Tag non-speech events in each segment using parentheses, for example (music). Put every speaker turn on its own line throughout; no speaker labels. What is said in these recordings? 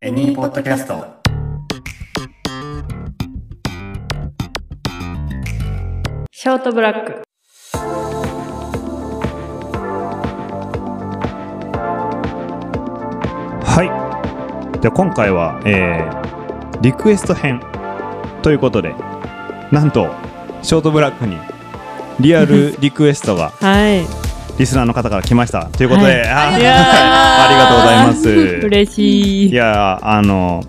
エニーポッドキャスト。
ショートブラック。
はい。じゃあ今回は、えーリクエスト編ということで、なんと、ショートブラックにリアルリクエストが
はい。
リスナーの方から来ました。ということで、
はい
あー
いやー
ありがとうございます。
嬉しい。
いやー、あの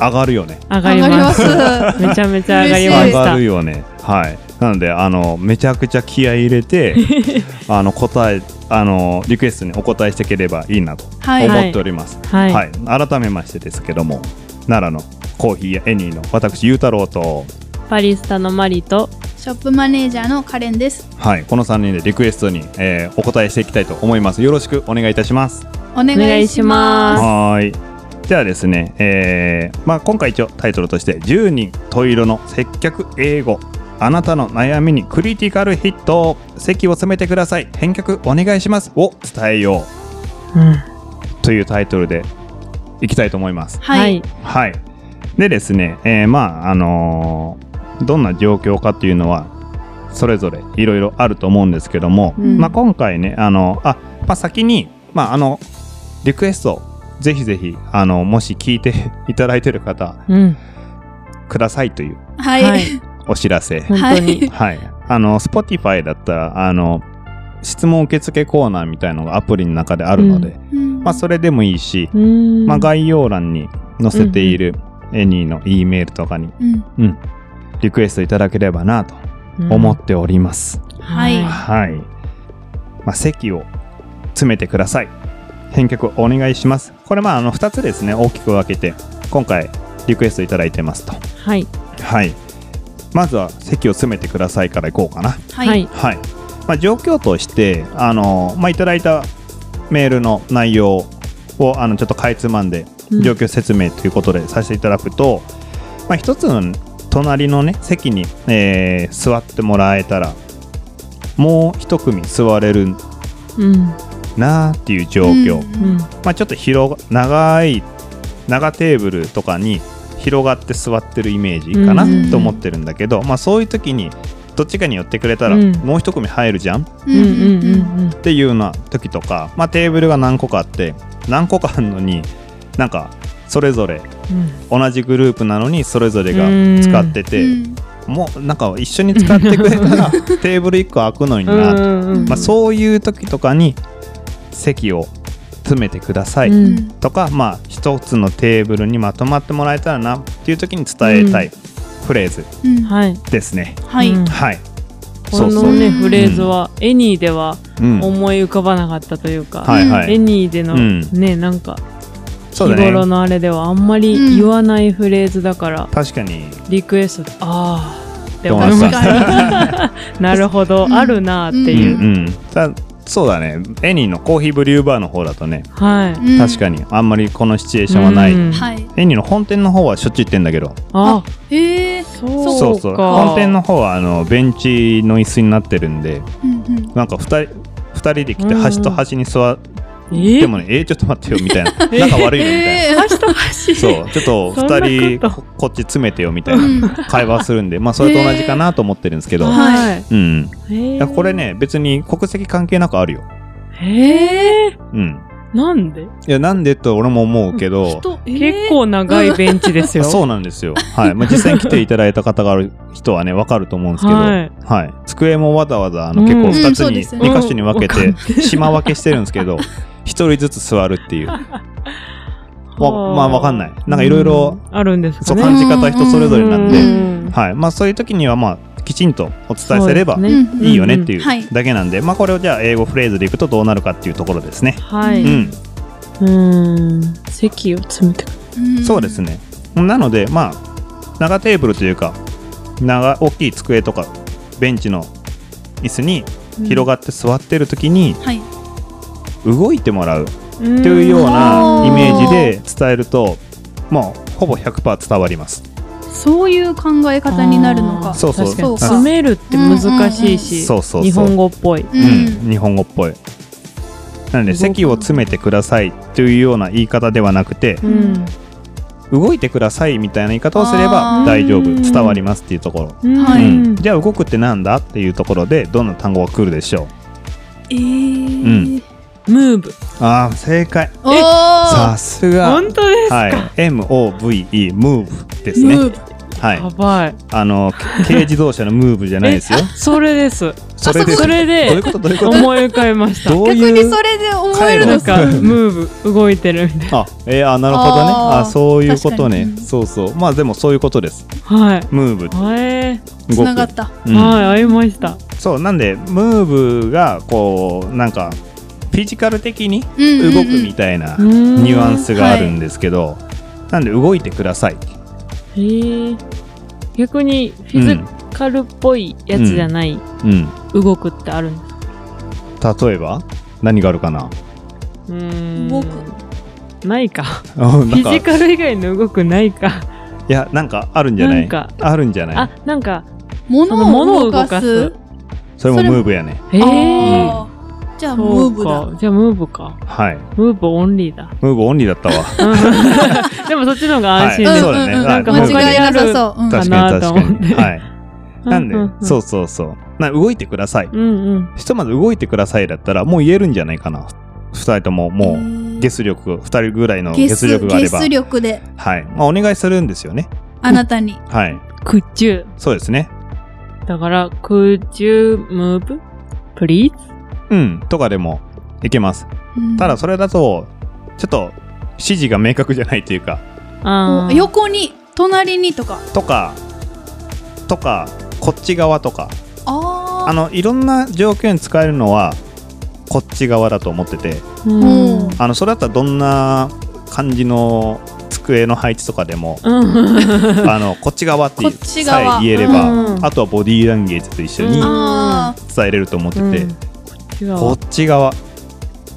上がるよね。
上がります。
上がります
めちゃめちゃ上がりま
上
嬉しい
し
が
た
る。よね。はい。なので、あの、めちゃくちゃ気合い入れて、あの、答え、あの、リクエストにお答えしていければいいなと
はい
思っております。
はい。
はい、改めましてですけども奈良のコーヒーやエニーの私ゆうたろうと、
パリスタのマリと、
ショップマネージャーのカレンです。
はい、この3人でリクエストに、えーお答えしていきたいと思いますよろしくお願いいたします
お願いし
お願いし
ま
はーいではですね、えーまあ、今回一応タイトルとして「10人十色の接客英語」あなたの悩みにクリティカルヒット席を詰めてください返却お願いしますを伝えようというタイトルでいきたいと思います
す。
は
はいい。。
はい。でですね、えーまあ、あのーどんな状況かっていうのは、それぞれいろいろあると思うんですけども、
うん
まあ、今回ね、あの、あ、まあ、先に、まあ、あの、リクエスト、ぜひぜひ、あの、もし聞いていただいてる方、
うん。
くださいという
は。
はいい。
お知らせ。
本当に。
はい。あの、Spotify だったら、あの、質問受付コーナーみたいのがアプリの中であるので、まあ、そ
れ。
れでもいいし、
うーん。
まあ、概要欄に載せているエニーの E メールとかに
うん。
うん、リクエストいただければなと
うん
思っております。
はい
はい。まあ、席を詰めてください。返却お願いします。これまああの2つですね、大きく分けて、今回リクエストいただいてますと。
はい。
はい。まずは席を詰めてくださいからいこうかな。
は
はいい。。
はい。まあ、状況として、あの、まあ、いただいたメールの内容を、あの、ちょっとかいつまんで、
うん
状況説明ということでさせていただくと、まあ、一つの隣のね、席に、えー座ってもらえたら、もう一組座れる
うん。
なっていう状況。
うん
うん。
まあ、ちょっと広が、長い、長テーブルとかに広がって座ってるイメージかな
うん
と思ってるんだけど、まあ、そういう時に、どっちかに寄ってくれたら、
うん
もう一組入るじゃん
うん。
うん
うん。
う
うんん。
っていうような時とか、まあ、テーブルが何個かあって何個かあるのになんかそれぞれ
うん。
同じグループなのにそれぞれが
うん
使っててもうなんか一緒に使ってくれたら (laughs) テーブル1個開くのにな、
うん。うん
まあ、そういう時とかに席を詰めてください、
うん
うん
とか、まあ、一つのテーブルにまとまってもらえたらなっていう時に伝えたいフレーズ
うん
はい。
ですね。
はい。
うん
はい
こ
そうそ
の
う
ね、フレーズは、エニーでは
うん
思い浮かばなかったというか、
はいは
エ
い、
ニーでの、
うん
ね、なんか、
そう
日
だね
頃のあれではあんまり言わないフレーズだから、
確かに
リクエストでああって思い
どう
ま
なっ
したた
確か
なるほど、
うん
あるなって
う
いう、
んうん、たそうだねエニーのコーヒーブリューバーの方だとね、
はい、
に
確
か
かにあんまりこのシチュエーションはない、
うん
にはい。
エニーの本店の方はしょっちゅう行ってんだけど
あ
ええ。
そう
そう
か
そう本店の方はあのベンチの椅子になってるんで
うんうん
なんか2人二人で来て
うん
端と端に座っ
え
てもね、えーちょっと待ってよみたいな仲悪いのみたい
ええ。
足と足
なそうちょっと2人
そんなこ
ここっち詰めてよみた
う
いなん会話するんでまあそれと同じかなと思ってるんですけど、
はい、
うん
え
いやこれね別に国籍関係なくあるよ
えー、
うん
なんで
いやなんでと俺も思うけど
人ええ
結構長いベンチですよ
あそうなんですよ。はい。まあ、実際に来ていただいた方がある人はね、わかると思うんですけど、
は
はいい。机もわざわざ、あの、
うん
結構2つ
うんそう
に、
ですよね
2箇所に分け
うんわ
て、島分けしてるんですけど、一人ずつ座る
(laughs)
っていう。わ
はあ
まあ、わかんない。なんかいろいろ、
うんあるんですか
そう、
ね
感じ方人それぞれなん
う
で、
ん
はい。まあ、そういう時には、まあ、きちんとお伝えすれば
そうで
う
すね
ん
いいよねってい
うんうんはいう
だけなんで、まあ、これをじゃあ、英語フレーズでいくとどうなるかっていうところですね。
はい、
う。
うんーん、席を詰めてく
うん
そうですね。なので、まあ、長テーブルというか、長大きい机とか、ベンチの椅子に広がって座ってる時に、
はい。
動いてもらう
るん
っていうような
うん
イメージで伝えると、もうほぼ100%伝わります。
そういう考え方になるのか。
そうそう
確かに
そうか
詰めるって難しいし、
そうそうそう
日本語っぽい
うん
日本語っぽい。なの
動
で
く
席を詰めてくださいというような言い方ではなくて
う
うんん
動いてくださいみたいな言い方をすれば
あー
大丈夫
うん
伝わりますっていうとこ
う
ろ、
ん
は
う
い
んじゃあ動くってなんだっていうところでどんな単語が来るでしょう
えー
うん
ムーブ
あー正解
おー
さすが
本当ですか、
はい MOVE ムーブです
ム
ね
ーブ
はい
やばい
あのけ (laughs) 軽自動車のムーブじゃないですよ
それです
(laughs) それです
それで
どういうことどういうこと
思い浮かびました
どう
逆
い
に
う
それで思える
な
の
ん
か
かムーブ動いてるみたい
あ、えー、あなるほどねあ
あー
そういうことね
確かに
そうそうまあでもそういうことです
なはい
ムーブ
え
動
つ
く
ながった
う
ー、
ん
はい合いました
そうなんでムーブがこうなんかフィジカル的に
うん
動くみたいな
うーん
ニュアンスがあるんですけど、なんで動いてください
へー逆にフィジカルっぽいやつじゃない
うん
動くってあるんですか
例えば何があるかな (laughs)
うーん
動
ないか
あ
フ
なん
ィ
か
ジ
い
カル以外の動くないか
やなんかあるんじゃない
なんか
あるんじゃない
あなんか
物を動か
物を動
す
か
それもムーブやね
へえ
あーじゃあム
そ
ー
う
ブだ
かじゃあムーブか
はい
ムーブオンリーだ
ムーブオンリーだったわ
でもそっちの方が安心
は
で
い
す、
そうだね
ん
はい
ん間違いなさそううん
確
か
か
な
に
と
確
思
か
って
にはいなんで、
うう
そうそうそうな動いてください、
うんうん
ひとまず動いてくださいだったらもう言えるんじゃないかな二人とももうゲス力二人ぐらいのゲ
ゲ
ス
ス
力があれば
ゲス力で
はい、まあ、お願いするんですよね
あなたに
はい
空中
そうですね
だから空中ムーブプリーズ
うんとかでもいけます
うん
ただそれだとちょっと指示が明確じゃないというか
あ
こ
ー
う横に隣にとか
とかとかこっち側とかあ
あ
のいろんな条件使えるのはこっち側だと思ってて
うん
うん
あのそれだったらどんな感じの机の配置とか
(laughs)
でも
うん
あのこっち側って
こっち側
さえ言えれば、
うん
あとはボディーランゲージと一緒に
うん
ああ
伝えれると思ってて、
うんこっち
こ
側
っち側、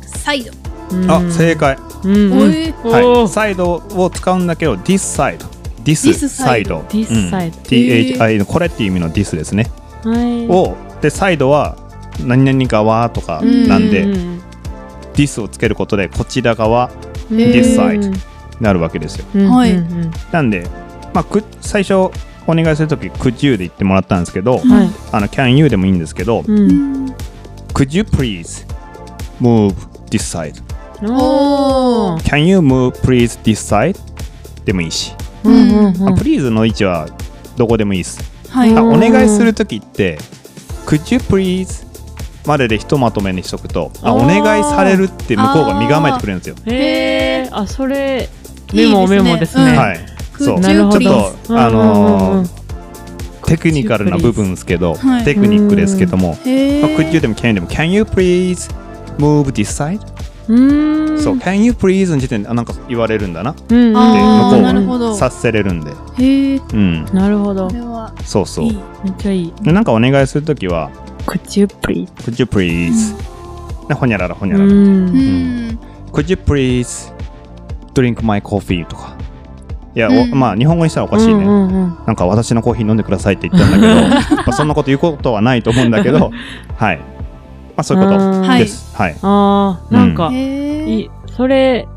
サイド
あ正解、
うんうん
は
おえ
お
い、
ー
サイドを使うんだけど this side this
this
side
side
this side
うん THI のこれっていう意味の this ですね、
はい
をでサイドは何々側とかなんで、
ううん
this をつけることでこちら側
うん
this
side なるわけですよ
うん
はい
うんうん
なんで、まあ、く最初お願いするとき could you で言ってもらったんですけど、
うん
はい
あの can you でもいいんですけど、
うん
コ could you please move this side
おー
Can you move please this side? でもいいし、
うんうんうん
あ Please の位置はどこでもいいです、
はい
あ
うん
お願いするときって Could you please? まででひとまとめにしとくとあ
あー
お願いされるって向こうが身構えてくれるんですよ
へえあそれ
いいです
メ
ね
モメモですね
うん
はいそう
な
ち
る
ょ
ほ
っ
ど
とあ
うんうんう
の
ん
ーテクニカルな部分ですけど、
はい
テクニックですけども、
へ
まあ、Could you
え
でも Can you でも Can you please move this side?、
うーん
そう Can you please の時点であなんか言われるんだなって
うんうん
あ
向
ー
こ
なるほ
う
ど
は察せれるんで
へえ
うん
なるほど
これは
そうそう
いい
めっちゃいい
でなんかお願いするときは、
Could you please
Could you please? ねほにゃららほにゃ
う
らら。
うんん
Could you please drink my coffee? とか。いや、お
うん
まあ、日本語にしたらお
お
かしいね。
うんうん
なんか私のコーヒー飲んでくださいって言ったんだけど、まあそんなこと言うことはないと思うんだけど、はい。まあ、そういうこ
あー
と
はい
です。はい。
あーなんか
へ
い
え
それ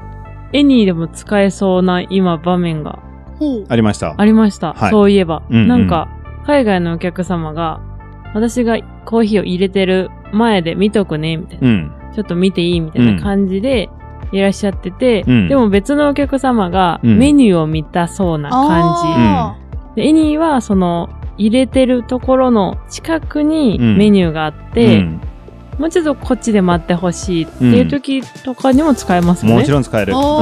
絵にでも使えそうな今場面が
ほう
ありました。
ありました、
はい
そういえば、
うんうん
なんか海外のお客様が私がコーヒーを入れてる前で見とくねみたいな、
うん。
ちょっと見ていいみたいな感じでいらっしゃってて、
うん
でも別のお客様が
うん
メニューを見たそうな感
あ
じ、でエニーはその入れてるところの近くに
うん
メニューがあっ
う
て、
ん
もうちょっとこっちで待ってほしいっていう時とかにも使えますよね。
もちろん使える。うん
お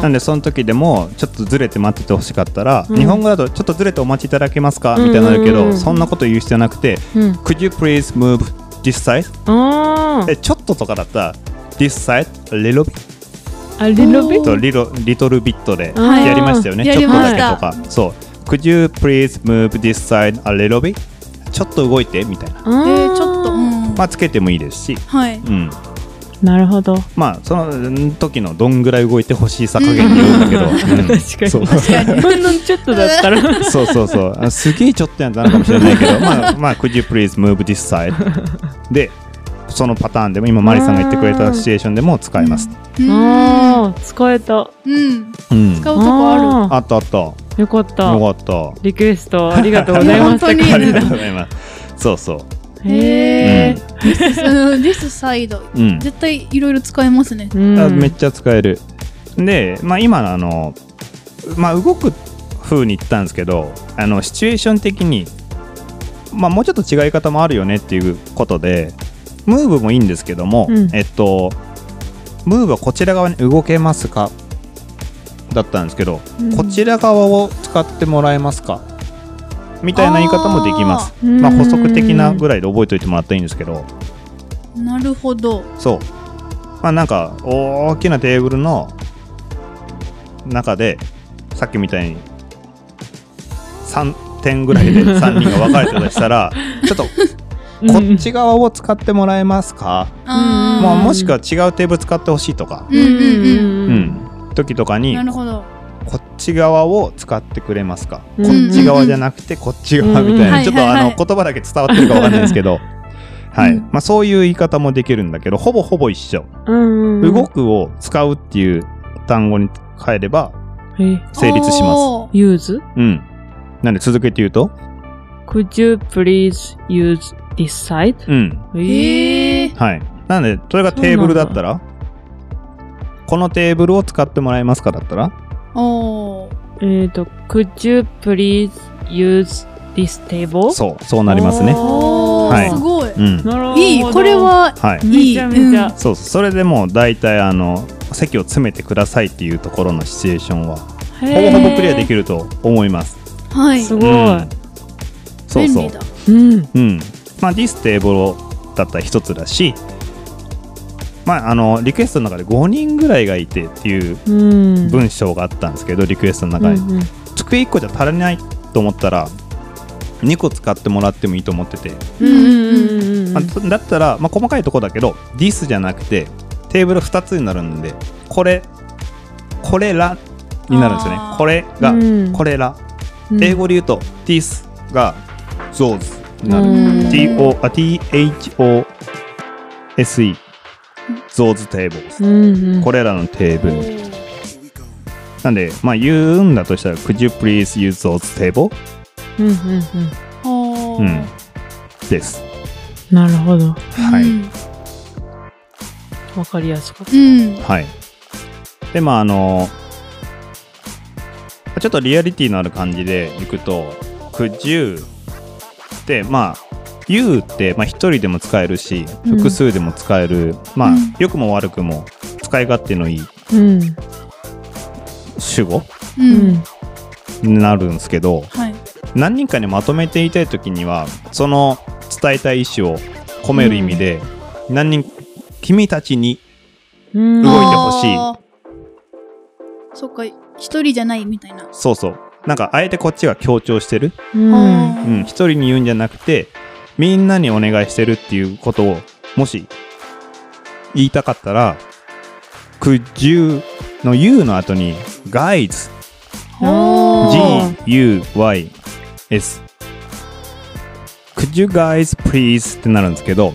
なんでその時でもちょっとずれて待っててほしかったら、
うん
日本語だとちょっとずれてお待ちいただけますかみたいになるけど、
うんうんうん
そんなこと言う必要なくて
うん、
Could you please move this side?
あー
えちょっととかだったら This side a little bit
あリロビッ
お
ト
と little, little bit で
はい
やりましたよね
あー
ちょっとだけ
やり
とかそう Could you please move this side a little bit? ちょっと動いてみたいな
あー
へえちょっとうん
まあつけてもいいですし
はい
うん
なるほど。
まあそのうん時のどんぐらい動いてほしいさ加減によるんだけ
(laughs)
ど、うん
確かに
そう
ほんのちょっとだったら。
(laughs) そうそうそうあすげえちょっとやんなのかもしれないけどまあまあ Could you please move this side でそのパターンでも今マリさんが言ってくれたシチュエーションでも使えます。
うんうん
あー使えた。
うん
うん
使うとこあ
あったあった。よ
る。よかった。
かった。
リクエストありがとうござい
(laughs)
ました。
いや
あ
本
り
当
がと
に
うございます。そうそ
る
へえ。
る This side
う。うん。
絶対いろいろ使えますね
うん
あめっちゃ使える。で、まあ、今のあの、まあ、動く風に言ったんですけどあのシチュエーション的に、まあ、もうちょっと違い方もあるよねっていうことでムーブもいいんですけども、
うん
えっとムーブはこちら側に動けますかだったんですけど、
うん
こちら側を使ってもらえますかみたいな言い方もできます。まあ、補足的なぐらいで覚えておいてもらったらいいんですけど、
なるほど
そう。まあなんか大きなテーブルの中でさっきみたいに3点ぐらいで3人が分かれてたとしたらちょっとこっち側を使ってもらえますか、
あー
まあ、もしくは違うテーブル使ってほしいとか、
うんうん
うん時とかに
なるほど
こっち側を使ってくれますか、
うん
こっち側じゃなくてこっち側みたいな、
うん
ちょっとあ
はい
の
はいはい
言葉だけ伝わってるか分かんないですけど、は
う
い
ん
まあ、そういう言い方もできるんだけどほぼほぼ一緒。
うんうん
動くを使うっていう単語に変えれば
え
成立します。
おー
ユーズ
うん。なんで続けて言うと、
Could you please use this side?
うん。
へえ
はい。なんで、それがテーブルだったら、このテーブルを使ってもらえますかだったら、
おー
えっと、Could you please use this table?
そう、そうなりますね。
お
はい
ーすごい
うん。
なるほど
いいこれは
はい。
めちゃめちゃ
そうそう、それでもう大体あの、席を詰めてくださいっていうところのシチュエーションは、ほ
ほ
ぼほぼクリアできると思います。
はい
すごい
うんそう
便
そう
利。だ
うん
うん。まあ、ディステーブルだったら一つだし、まあ、あの、リクエストの中で5人ぐらいがいてっていう
うん
文章があったんですけど、リクエストの中に。
うんうん
机1個じゃ足りないと思ったら、2個使ってもらってもいいと思ってて、
うんうんうん
まあだったら、まあ、細かいとこだけど、ディスじゃなくて、テーブル2つになるんで、これ、これらになるんですよね
あ。ー
これが、
うん
これら。
うん
英語で言うと、ディスが、ゾーズになる。
うん
TO あ THOSE ゾーズテーブルです
うんうん
これらのテーブル
おー
なんでまあ言うんだとしたら Could you please use those table?
うんうんうん
おー
うんです
なるほど
はい
わかりやすかった
うん
はいでまああのちょっとリアリティのある感じでいくと Could you ってまあ You ってまあ一人でも使えるし
うん
複数でも使える、まあ
うん
良くも悪くも使い勝手のいい
うん
主語
う
うんん
になるんですけど、
はい
何人かにまとめて言いたい時にはその伝えたい意思を込める意味で、何人君たちに
うん
動いてほしい
あーそっか一人じゃないみたいな
そうそうなんかあえてこっちが強調してる、
うん
うん、一人に言うんじゃなくてみんなにお願いしてるっていうことをもし言いたかったら「could you」の「you」の後に「guides」
おー
GUYS Could you guys please ってなるんですけど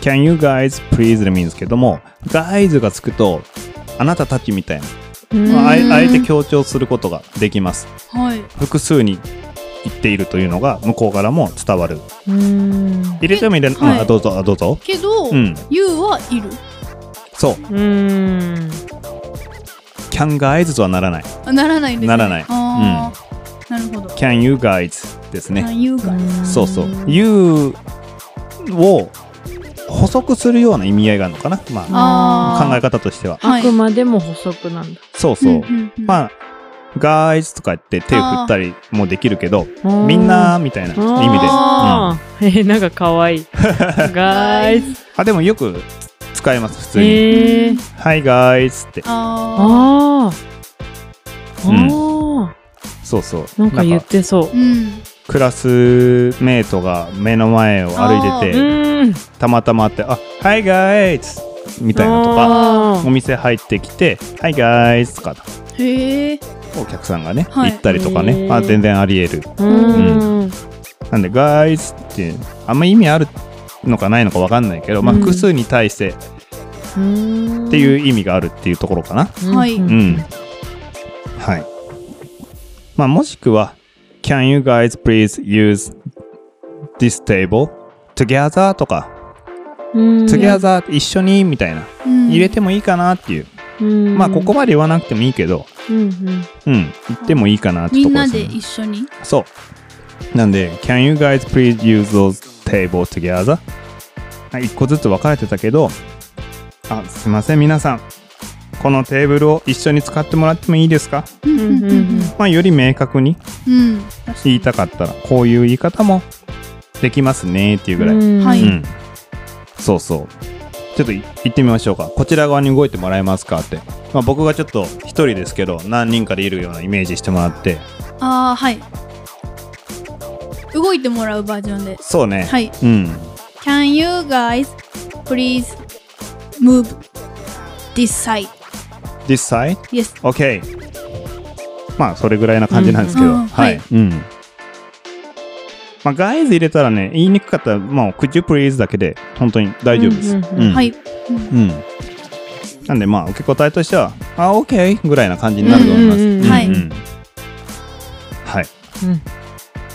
Can you guys please でもいいんですけども guys がつくとあなたたちみたいな、
うん
まあ、あえ
うん
あえて強調することができます
はい
複数に言っているというのが向こうからも伝わる
うん
入れても入れない、
はい
あどうぞあどうぞ
けど
うん
ユウはいる
そう
うん。
Can guys とはならない
あならないんですね
ならない
あーなるほど
Can you guys ですね
あユウが
そうそう。You を補足するような意味合いがあるのかな。ま
あ
あ、
ー
考え方としては。
あくまでも補足なんだ。
そうそう。
あ
まあ、guys とか言って手を振ったりもできるけど、みんなみたいな意味で。うん
あー (laughs) えーなんか可
(laughs)
愛い。ガイズ。
あ、でもよく使います、普通に。
ええ。
Hi guys って。
あ
ああ。
うん
あ
そうそう。
あ。なんか言ってそ。
ーうん
クラスメートが目の前を歩いうてて、
うん。
たまたま会って、あ、Hi guys! みたいなとか、
あ
お
ー
店入ってきて、Hi guys! とか、
へえ
お客さんがね、
はい
行ったりとか
へ
ね、
ー
まあ、全然あり得る。
うん。
なんで、ガイズって、あんま意味あるのかないのかわかんないけど、まあ、
うん
複数に対して
うん
っていう意味があるっていうところかな。
うん
はい
うん
うん。はい。まあ、もしくは、Can you guys please use this table together? とか、
うん
together 一緒にみたいな、
うん
入れてもいいかなっていう。
うん
まあ、ここまで言わなくてもいいけど、
うんうん
うん、言ってもいいかなって
み
と
ん
ころ
な
す
で
ね
一緒に
そう。なんで、Can you guys please use those tables together? はい一個ずつ分かれてたけど、あ、すいません、皆さん。このテーブルを一緒に使ってもらってもいいですか
うん
んうんうん
まあ、より明確に
うん
言いたかったら、こういう言い方もできますねっていうぐらい。うん。
うん
はいう
そうそう。ちょっとい行ってみましょうか。こちら側に動いてもらえますかって。まあ、僕がちょっと一人ですけど、何人かでいるようなイメージしてもらって。
ああはい動いてもらうバージョンで
そうね。
はい
うん。
Can you guys please move this side?
This side?
Yes.
OK まあそれぐらいな感じなんですけど、
うんうんうん
はい、
は
うんまあガイズ入れたらね言いにくかったらもう Could you please だけで本当に大丈夫です
うんうんうん
うん
はい。
うんなんでまあ受け答えとしてはあ OK ぐらいな感じになると思います、
うんうんうん
はい
はい
うん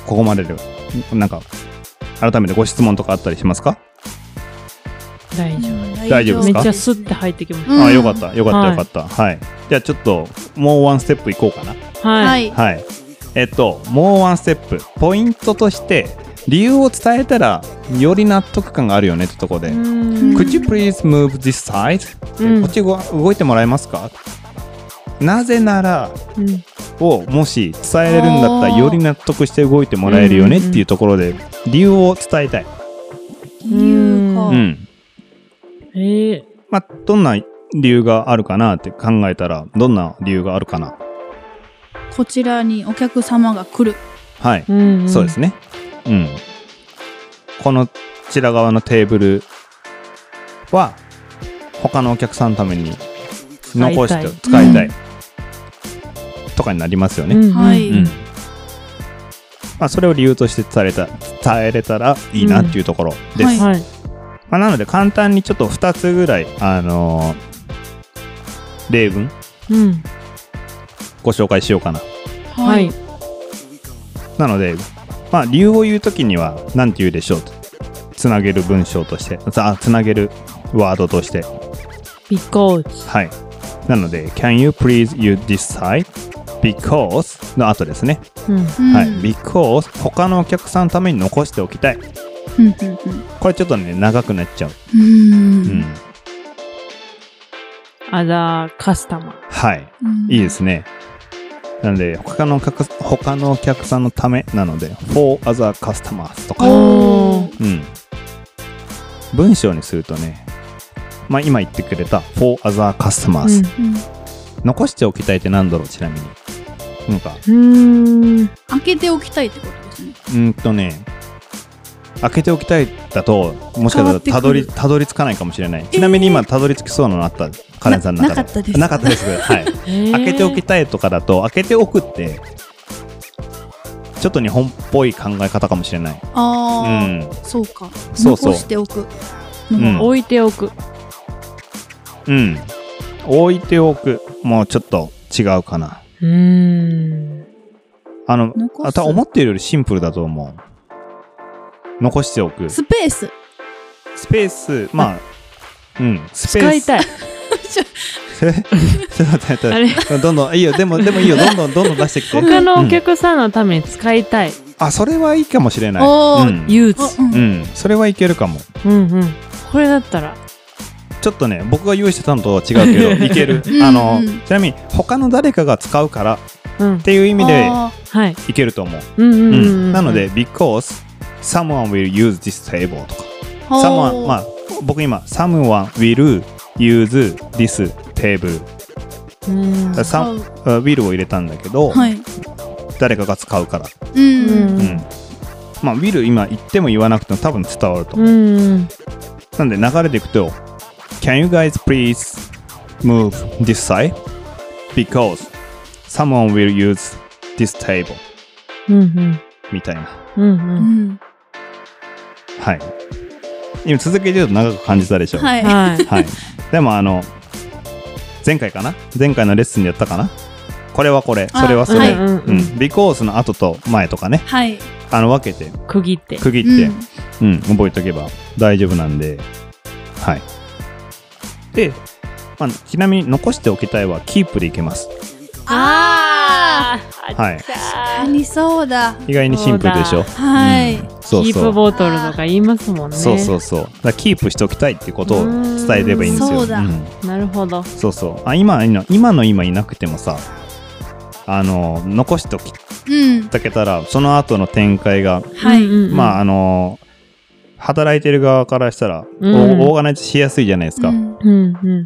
ここまででなんか改めてご質問とかあったりしますか、
大丈
大丈
夫
夫です
め
か
っちゃスッて入ってきま
うん
あよかったよかったよかったはい、じゃあちょっともうワンステップいこうかな
すは
はいい。
はい。えっと、もうワンステップ。ポイントとして、理由を伝えたら、より納得感があるよねってとこで。
うん
く
Could you please move this side?、
うん
こっちご動いてもらえますかなぜなら
うん
をもし伝えれるんだったら
あー
より納得して動いてもらえるよねっていうところで理由を伝えたい。
いうか
う
う。ん。
ええ
まあ、どんな理由があるかなって考えたらどんな理由があるかな。
こちらにお客様が来る。
はい。
うんん
そうですね。うん。このこちら側のテーブルは、他のお客さんのために
いたい
残して使いたい。
うん
とかになりますよ
うん
ね。
うん
は
う
い
ん。まあ、それを理由として伝えた、伝えれたらいいなっていうところです。
うんはい
はい
まあ、なので、簡単にちょっと2つぐらい、あのー例文
うん
ご紹介しようかな。
はい。
なので、まあ、理由を言うときには、なんて言うでしょうと。つなげる文章として、あつなげるワードとして。
because
はい。なので、can you please you decide because の後ですね。
うん
うん
はい。。because 他のお客さんのために残しておきたい。
うんうん
これちょっとね、長くなっちゃう。
うん
う。
うんん。
other customer
はい。
うん
いいで。すね。なので、他のお客他のお客さんのためなので、for other customers とか。
おー
うん。文章にするとね、まあ今言ってくれた for other customers、
うん
残しておきたいって何だろうちなみに。なんか、
うんうん
開けておきたいってことですね。
うーんとね、開けておきたいだと、もしかした
変わ
ら
ってくる
たどり、たどり着かないかもしれない。ちなみに今、たどり着きそうなのあった、カレンさんの中で。
ななかったです
なかったです。はい。開けておきたいとかだと、開けておくって、ちょっと日本っぽい考え方かもしれない。う
あ
ん。
あ、そうか。
そうそう
残しておく。
うん
置いておく
うん。置いておく。もうちょっと違うかな。
うん
あの、
残
あ
す
た思ってるよりシンプルだと思う。残しておく。ス
スペース。
ペース、まあ、うん、ス
使
ペー
い
ス。
たい
ちょっと待って
あ
待
れ
って。 (laughs) どんどん、いいよ、でも、でもいいよ、どんどん、どんどん出してきて。
他のお
うん
客さんのために使いたい
あ、それはいいかもしれない。
おー
うん
憂鬱
あうん
うん、それはいけるかも。
うんうんこれだったら
ちょっとね、僕が用意してたのとは違うけ
(laughs)
ど、いける
う。ん
あの
うん、
ちなみに、他の誰かが使うからっ
うん
ていう意味で
あ
はい
いけると思う。
うんうん
う
うんん
なので、because someone will use this table とか。
ーあ
someone
ー
まあ僕今 someone will use this table
うん
ださん will を入れたんだけど、
はい。
誰かが使うから、
う
う
ん
ん。
うんまあ will 今言っても言わなくても多分伝わると、
うん
なんで流れていくと can you guys please move this side because someone will use this table
うんうん
みたいな
うんうん
うん
はい今続けてると長く感じたでしょ
はい。
はい。
はい、でもあの前回かな前回のレッスンでやったかなこれはこれ
あ
それはそれ、
はい
うん
う
うん
ん、リコースの後と前とかね
はい。
あの分けて
区切って。
区切って、うん覚えとけば大丈夫なんではいで、まあ、ちなみに残しておきたいはキープでいけます
あ
あー
はい
あっち
あ。
ゃ
あ
ー
りそうだ。
意外にシンプルでしょ
は
う
い
ん。そう
キー
そ
プ
う
ボトルとか言いますもんね。
そうそうそうだからキープしておきたいっていうことを伝えればいいんです
うん
よ
そうだ
ん
なるほど。
そうそうあ今の今の今いなくてもさあの残しておき
うん。
たけたらその後の展開が、
はい。
うんうんうん
まああの働いてる側からしたら、
うん
オーオーガナイズしやすいじゃないですか、
うん
うんうん。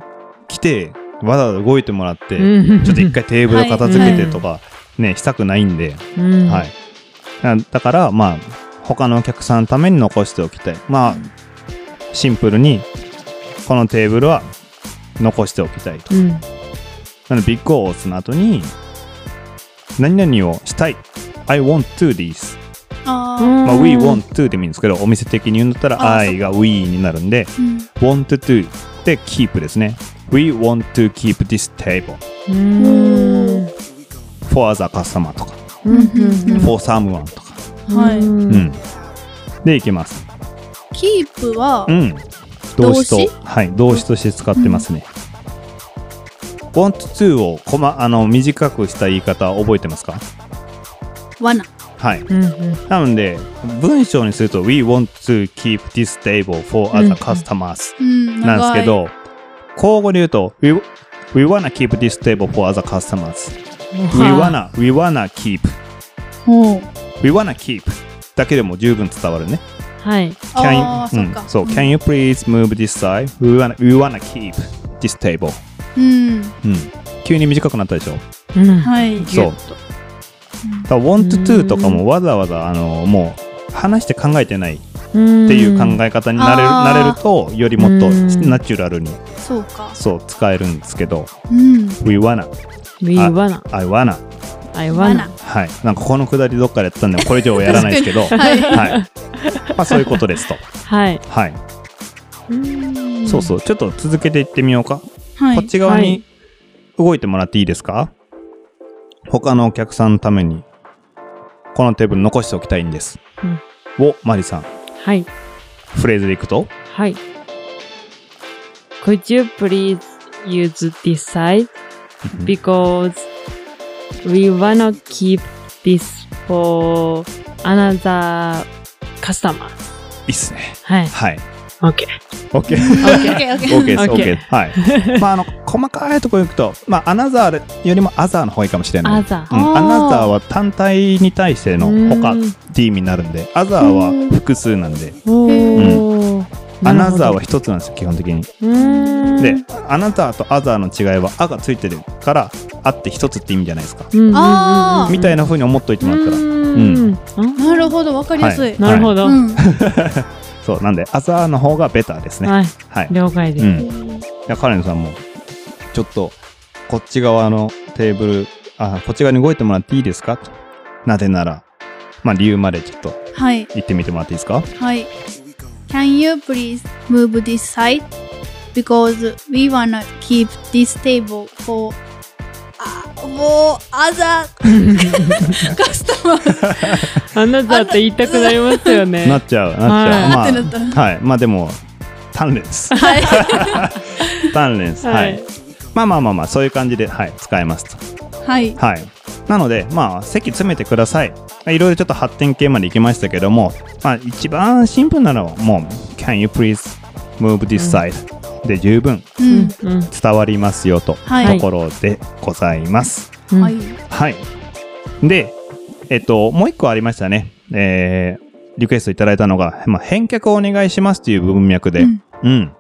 来てわざわざ動いてもらって、
うん
ちょっと一回テーブル片付けてとか、ねしたくないんで、
うん
はいなだからまあ他のお客さんのために残しておきたいまあシンプルにこのテーブルは残しておきたいと
うん
なのでビッグオースの後に何々をしたい I want to this、
あ
まあ、We want to でもいいんですけどお店的に言うんだったら
あ
I が We になるんで
あ。うん
want to で keep ですね We want to keep this table
うーん。
for the customer とか
うんうんうん
for someone とか、
はいう
うんん、でいきます
キープは
う、ん動詞と
動詞
はい動詞として使ってますね、want to をこ、ま、あの短くした言い方覚えてますか
罠。
はい
うんうん
なので文章にすると We want to keep this table for
うん
other customers、
うん。
なんですけど交互に言うと We, we wanna keep this table for other customers We
は
wanna, we wanna keep
長い。
We wanna keep だけでも十分伝わるね
い。
ああ、
you,
そっ
う
か。
んそう Can you please move this side? We wanna, we wanna keep this table、
うん。
うん、急に短くなったでしょ
うん
はい。
そう
ギュッと
だから want to とかもわざわざあのもう話して考えてないっていう考え方になれる,、
うんあ
な
ー
れるとよりもっと
うん
ナチュラルに
そうか。
そう使えるんですけど
うん。
「We wanna」
We wanna,
「I wanna
I
罠
wanna。」
はいなんかこのくだりどっかでやったんでこれ以上はやらないですけど
かに
はい、まあそういうことですと
はい。
はい、
うん
そうそうちょっと続けていってみようか、
は
こっ
い。
ち側
は
に
い
動いてもらっていいですか他のお客さんのためにこのテーブル残しておきたいんです、をマリさん
はい。
フレーズでいくと
はい。Could you please use this
(laughs)
side? Because we wanna keep this for another customer.
いいっすね
はい。
はい
OK。
OK
オッケーオッケ
オー
ー
ケーです、オー
OK
ケーです。はい。まあ、あの、細かいところ行くと、まあ、アナザーよりもアザーの方がいいかもしれない。
Other
うん、ア
あー
ナザーは単体に対しての他
うん
って意味になるんで、アザーは複数なんで、
おー
アナザーは一つなんですよ、基本的に。
うーん
で、アナザーとアザーの違いは、アがついてるから、あって一つって意味じゃないですか。
うんうんうんうん
あー
みたいな風に思っといてもらったら。
うんあ
なるほど、わかりやすい。
なるほど。
う
は
ん。
そう、なんで、アザーの方がベターですね。
い。
はい。
了解で
う
す。
ん。いや、カレンさんも、ちょっと、こっち側のテーブル、あ、こっち側に動いてもらっていいですかとなぜなら、まあ、理由までちょっと
はい。
言ってみてもらっていいですか
はい。Can you please move this side? Because we wanna keep this table for あもう other (laughs) customers
アナザーって言いたくなりますよね。
なっちゃう、なっ
はい
ちゃ
な
う。
ってなっ
まあ、はい。まあ、でも、鍛錬
(laughs)
です。
は
鍛錬です。は
はいい。
まあまあまあまあ、そういう感じで、はい、使えますと。
いはい
はい。なので、まあ、席詰めてください。いろいろちょっと発展系まで行きましたけども、まあ、一番シンプルなのは、もう、Can you please move this side?、で十分
うん
うん
伝わりますよと。
は
は
と
い
ころでございます。
うん
はい
はい。で、えっと、もう一個ありましたね。えーリクエストいただいたのが、まあ、返却をお願いしますという文脈で、う
うんん。
ま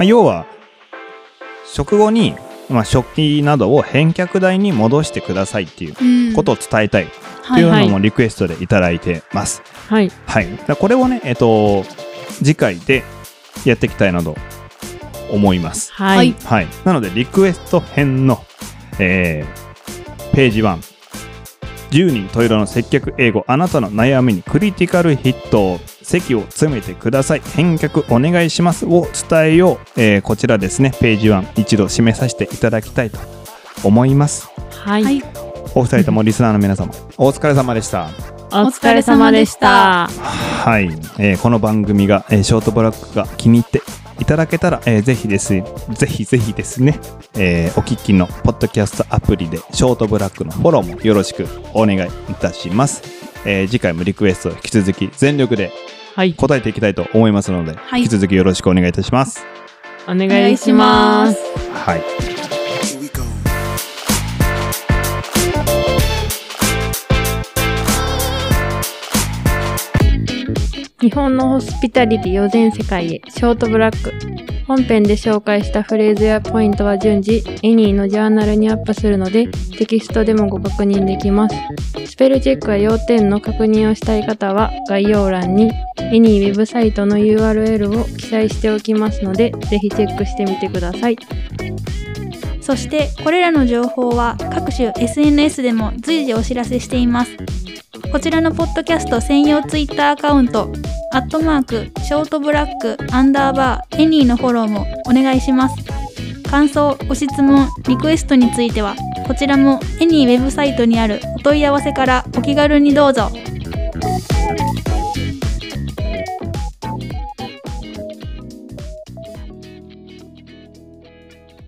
あ、要は、食後に、まあ、食器などを返却台に戻してくださいっていう
うん
ことを伝えたいと
はいいうはい
のもリクエストでいただいてます。
はい。
はい。だからこれをね、えっと、次回でやっていきたいなと思います。
は
はいい。
はい。なので、リクエスト編の、えーページ1。10人十色の接客英語、あなたの悩みにクリティカルヒット。席を詰めてください返却お願いしますを伝えよう、えーこちらですねページ1一度締めさせていただきたいと思います
はい、
はい
お二人ともリスナーの皆様お疲れ様でした
お疲れ様でした
はい、えーこの番組が、えーショートブラックが気に入っていただけたら、えーぜひですぜひぜひですね、えーお聞きのポッドキャストアプリでショートブラックのフォローもよろしくお願いいたします、えー次回もリクエストを引き続き全力で
はい
答えていきたいと思いますので、
い
引き続きよろしくお願いいたします
お願いします
はい
Here we go.
「日本のホスピタリティを全世界へショートブラック」本編で紹介したフレーズやポイントは順次エニーのジャーナルにアップするのでテキストでもご確認できますスペルチェックや要点の確認をしたい方は概要欄にエニーウェブサイトの URL を記載しておきますのでぜひチェックしてみてください
そしてこれらの情報は各種 SNS でも随時お知らせしていますこちらのポッドキャスト専用ツイッターアカウントアットマークショートブラックアンダーバーエニーのフォローもお願いします感想ご質問リクエストについてはこちらもエニーウェブサイトにあるお問い合わせからお気軽にどうぞ